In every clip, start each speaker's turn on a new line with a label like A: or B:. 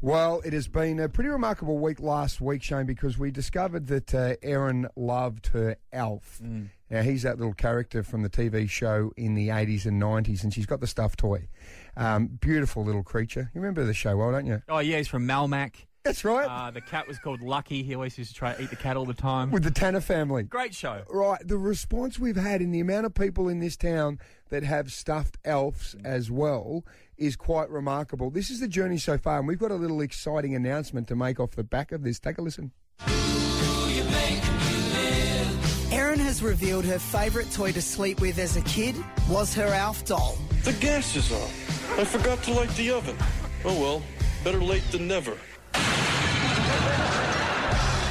A: Well, it has been a pretty remarkable week last week, Shane, because we discovered that uh, Erin loved her elf. Now, he's that little character from the TV show in the 80s and 90s, and she's got the stuffed toy. Um, beautiful little creature. You remember the show well, don't you?
B: Oh, yeah, he's from Malmac.
A: That's right.
B: Uh, the cat was called Lucky. He always used to try to eat the cat all the time.
A: With the Tanner family.
B: Great show.
A: Right, the response we've had in the amount of people in this town that have stuffed elves as well is quite remarkable. This is the journey so far, and we've got a little exciting announcement to make off the back of this. Take a listen.
C: Erin has revealed her favourite toy to sleep with as a kid was her Alf doll.
D: The gas is on. I forgot to light the oven. Oh well, better late than never.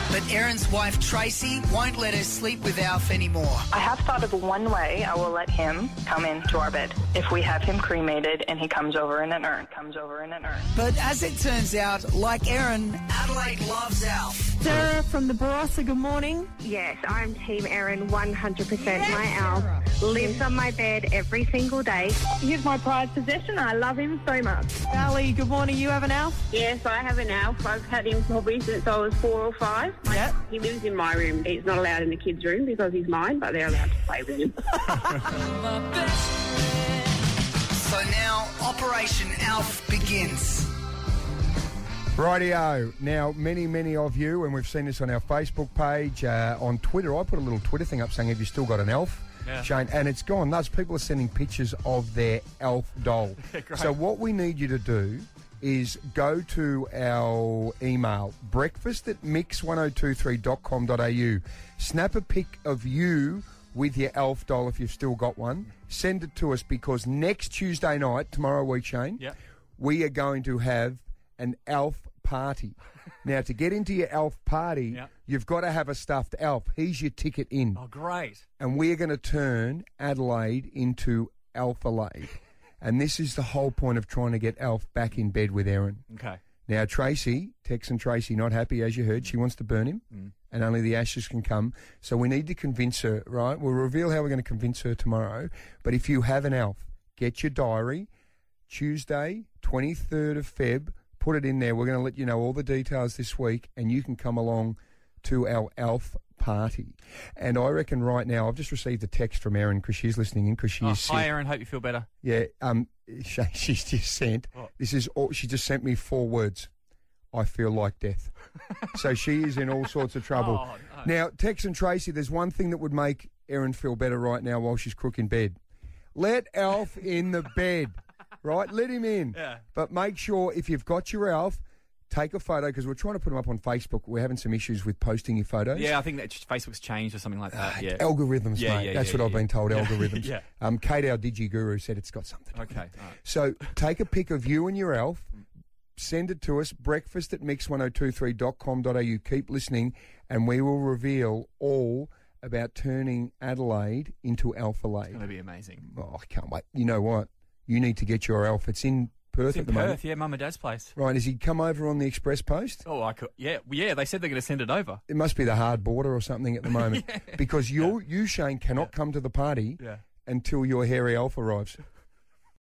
C: But Erin's wife Tracy won't let her sleep with Alf anymore.
E: I have thought of one way I will let him come into our bed. If we have him cremated and he comes over in an urn, comes over in an urn.
C: But as it turns out, like Erin, Adelaide loves Alf.
F: Sarah from the Barossa, good morning.
G: Yes, I'm Team Erin 100%. my elf lives on my bed every single day. He's my prized possession. I love him so much.
F: Valley, good morning. You have an elf?
H: Yes, I have an elf. I've had him probably since I was four or five.
F: Yep.
H: He lives in my room. He's not allowed in the kids' room because he's mine, but they're allowed to play with him.
C: So now Operation Alf begins.
A: Rightio. Now, many, many of you, and we've seen this on our Facebook page, uh, on Twitter, I put a little Twitter thing up saying, Have you still got an elf?
B: Yeah.
A: Shane, and it's gone nuts. People are sending pictures of their elf doll. so, what we need you to do is go to our email, breakfast at mix1023.com.au. Snap a pic of you with your elf doll if you've still got one. Send it to us because next Tuesday night, tomorrow week, Shane,
B: Yeah.
A: we are going to have an elf party. now, to get into your elf party,
B: Yeah.
A: you've got to have a stuffed elf. He's your ticket in.
B: Oh, great.
A: And we're going to turn Adelaide into Alphalade. and this is the whole point of trying to get Alf back in bed with Erin.
B: Okay.
A: Now, Tracy, Tex and Tracy, not happy, as you heard.
B: Mm.
A: She wants to burn him, and only the ashes can come. So we need to convince her, right? We'll reveal how we're going to convince her tomorrow. But if you have an elf, get your diary. Tuesday, 23rd of Feb, put it in there. We're going to let you know all the details this week, and you can come along to our elf party. And I reckon right now, I've just received a text from Erin because she's listening in because she
B: Oh,
A: is sick.
B: hi, Aaron. Hope you feel better.
A: Yeah, um, she, she's just sent.
B: What?
A: This is all. She just sent me four words. I feel like death. so she is in all sorts of trouble.
B: Oh, no.
A: Now, Tex and Tracy, there's one thing that would make Erin feel better right now while she's crook in bed. Let Alf in the bed, right? Let him in.
B: Yeah.
A: But make sure if you've got your Alf, take a photo because we're trying to put him up on Facebook. We're having some issues with posting your photos.
B: Yeah, I think that Facebook's changed or something like
A: Ah,
B: that. Yeah.
A: Algorithms,
B: Yeah,
A: mate.
B: yeah,
A: That's
B: yeah,
A: what I've
B: yeah.
A: been told. Algorithms.
B: Yeah. Oh,
A: Um, Kate, our digi guru, said it's got something. to do
B: Okay.
A: with it.
B: all right.
A: So take a pic of you and your elf, send it to us, breakfast at mix1023.com.au. Keep listening, and we will reveal all about turning Adelaide into Alpha
B: It's
A: Lade.
B: going to be amazing.
A: Oh, I can't wait. You know what? You need to get your elf. It's in Perth
B: It's in
A: at the
B: Perth,
A: moment.
B: yeah, Mum and Dad's place.
A: Right, has he come over on the express post?
B: Oh, I could. Yeah, well, yeah. They said they're going to send it over.
A: It must be the hard border or something at the moment because you, you Shane, cannot come to the party
B: Yeah.
A: until your hairy elf arrives.